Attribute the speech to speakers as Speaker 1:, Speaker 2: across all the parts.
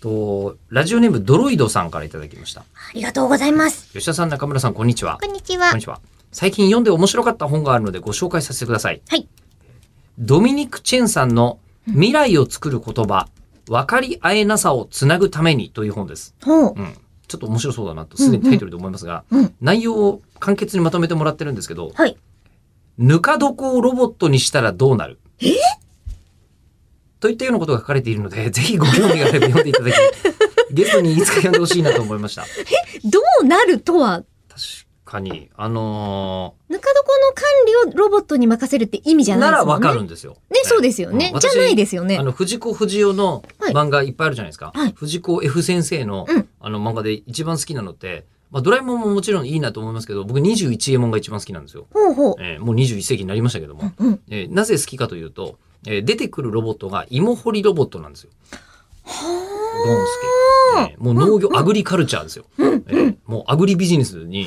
Speaker 1: と、ラジオネームドロイドさんからいただきました。
Speaker 2: ありがとうございます。
Speaker 1: 吉田さん、中村さん、こんにちは。
Speaker 2: こんにちは
Speaker 1: こんに。ちは。最近読んで面白かった本があるのでご紹介させてください。
Speaker 2: はい。
Speaker 1: ドミニク・チェンさんの未来を作る言葉、分かり合えなさをつなぐためにという本です。
Speaker 2: ほう
Speaker 1: う。ん。ちょっと面白そうだなと、すでにタイトルで思いますが、
Speaker 2: うんうんうん
Speaker 1: 内容を簡潔にまとめてもらってるんですけど、
Speaker 2: はい。
Speaker 1: ぬか床をロボットにしたらどうなるえといったようなことが書かれているので、 ぜひご興味があれば読んでいただ き、ゲストにいつか読んでほしいなと思いました。確
Speaker 2: どうなるとは、
Speaker 1: かに、あの
Speaker 2: ぬか床の管理をロボットに任せるって意味じ
Speaker 1: ー
Speaker 2: ゃな
Speaker 1: ない
Speaker 2: で
Speaker 1: ら
Speaker 2: すも
Speaker 1: わ
Speaker 2: んね。
Speaker 1: かるんですよ。
Speaker 2: ね、そうですよね。
Speaker 1: うん
Speaker 2: じ
Speaker 1: 私
Speaker 2: ゃないですよね
Speaker 1: あ。の、藤子不二雄の
Speaker 2: はい
Speaker 1: 漫画いっぱいあるじゃないですか。
Speaker 2: はい
Speaker 1: 藤子 F 先生の、
Speaker 2: うん
Speaker 1: あの漫画で一番好きなのって、まあ、ドラえもんももちろんいいなと思いますけど、僕21エモンが一番好きなんですよ。
Speaker 2: ほうほう。
Speaker 1: えーもう21世紀になりましたけども。
Speaker 2: うん。
Speaker 1: えーなぜ好きかというと、えー出てくるロボットが芋掘りロボットなんですよ。ゴンスケ。えーもう農業、アグリカルチャーですよ。えーもうアグリビジネスに、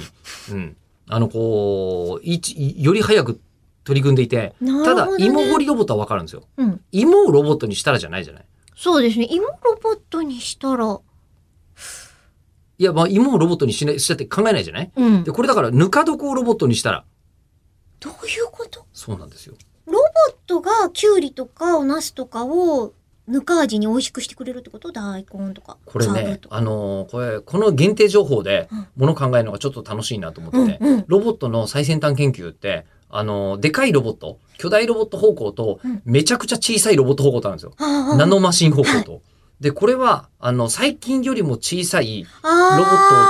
Speaker 1: うん。あの、こう、いちより早く取り組んでいて、
Speaker 2: なるほ
Speaker 1: た
Speaker 2: ど
Speaker 1: だ
Speaker 2: ね、
Speaker 1: 芋掘りロボットはわかるんですよ。
Speaker 2: うん。
Speaker 1: 芋をロボットにしたらじゃないじゃない。
Speaker 2: そうですね。芋ロボットにしたら、
Speaker 1: いや、まあ、芋をロボットにしない、したって考えないじゃない
Speaker 2: うん。
Speaker 1: で、
Speaker 2: ど
Speaker 1: これだから、ぬか床をロボットにしたら、
Speaker 2: ういうこと
Speaker 1: そうなんですよ。
Speaker 2: ロボットがキュウリとかおナスとかをぬか味に美味しくしてくれるってこと大根とか。
Speaker 1: これ
Speaker 2: サバ
Speaker 1: ね
Speaker 2: と、か
Speaker 1: あのーこれ、この限定情報で
Speaker 2: うん、
Speaker 1: もの考えるのがちょっと楽しいなと思ってて、
Speaker 2: うんうん
Speaker 1: ロボットの最先端研究って、あのーでかいロボット、巨大ロボット方向と
Speaker 2: うん、
Speaker 1: めちゃくちゃ小さいロボット方向とあるんですよ。
Speaker 2: ああ
Speaker 1: ナノマシン方向と。で、これは、あの、最近よりも小さいロボッ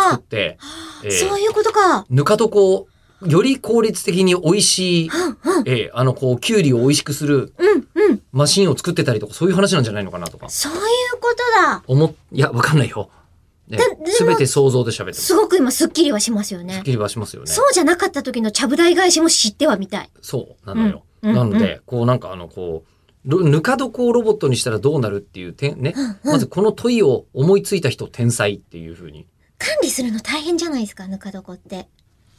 Speaker 1: トを作って、
Speaker 2: あー
Speaker 1: えー
Speaker 2: そういうことか。
Speaker 1: ぬか床をより効率的に美味しい、
Speaker 2: うんうん。
Speaker 1: えーあの、こう、キュウリを美味しくする
Speaker 2: うんうん。
Speaker 1: マシンを作ってたりとか、そういう話なんじゃないのかなとか。
Speaker 2: そういうことだ。
Speaker 1: 思っ、いや、わかんないよ。ね
Speaker 2: ででも、
Speaker 1: すべて想像で喋ってます。
Speaker 2: すごく今スッキリはしますよ
Speaker 1: すっ
Speaker 2: ね。
Speaker 1: きりはしますよね。
Speaker 2: そうじゃなかった時のちゃぶ台返しも知ってはみたい。
Speaker 1: そうなのよ。
Speaker 2: うん
Speaker 1: なので、こうなんかあの、こう、ろぬか床をロボットにしたらどうなるっていう点ね。まずこの問いを思いついた人天才っていうふうに。
Speaker 2: 管理するの大変じゃないですか、ぬか床って。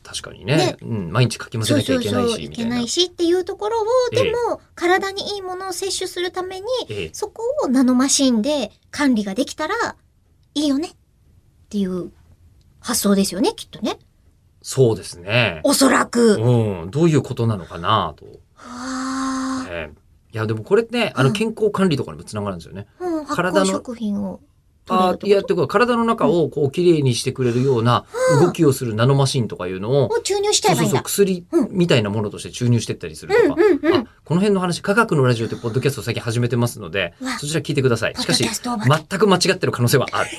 Speaker 1: 確かにね。
Speaker 2: ね
Speaker 1: うん、毎日かき混ぜ
Speaker 2: そう
Speaker 1: なきゃい
Speaker 2: そ
Speaker 1: うけない
Speaker 2: そう、
Speaker 1: し、み
Speaker 2: いけ
Speaker 1: たい
Speaker 2: な
Speaker 1: な。
Speaker 2: いしっていうところを、
Speaker 1: ええ
Speaker 2: でも、体にいいものを摂取するために、
Speaker 1: ええ
Speaker 2: そこをナノマシンで管理ができたら、いいよねっていう発想ですよね、きっとね。
Speaker 1: そうですね。
Speaker 2: おそらく。
Speaker 1: うん、どういうことなのかなと。
Speaker 2: はあ。
Speaker 1: ええいや、でもこれね、あ
Speaker 2: う
Speaker 1: の、
Speaker 2: ん
Speaker 1: 健康管理とかにもつながるんですよね。
Speaker 2: うん、発
Speaker 1: 体
Speaker 2: 酵
Speaker 1: の
Speaker 2: 食品を取れ
Speaker 1: あ
Speaker 2: る
Speaker 1: いや、
Speaker 2: っ
Speaker 1: ってて
Speaker 2: こ
Speaker 1: ことは体の中をこう、きれいにしてくれるような動きをするナノマシンとかいうのを
Speaker 2: と。、を注入しちゃ
Speaker 1: そ
Speaker 2: え
Speaker 1: う
Speaker 2: ば
Speaker 1: そ
Speaker 2: いういん
Speaker 1: そう、
Speaker 2: だ。
Speaker 1: 薬
Speaker 2: う
Speaker 1: みたいなものとして注入してったりするとか。
Speaker 2: うんうんうん
Speaker 1: あこの辺の話、科学のラジオってポッドキャストを最近始めてますので
Speaker 2: うわ、
Speaker 1: そちら聞いてください。
Speaker 2: ポ
Speaker 1: し
Speaker 2: ッド
Speaker 1: か
Speaker 2: キ
Speaker 1: し
Speaker 2: ャ、ストおばけ
Speaker 1: 全く間違ってる可能性はある。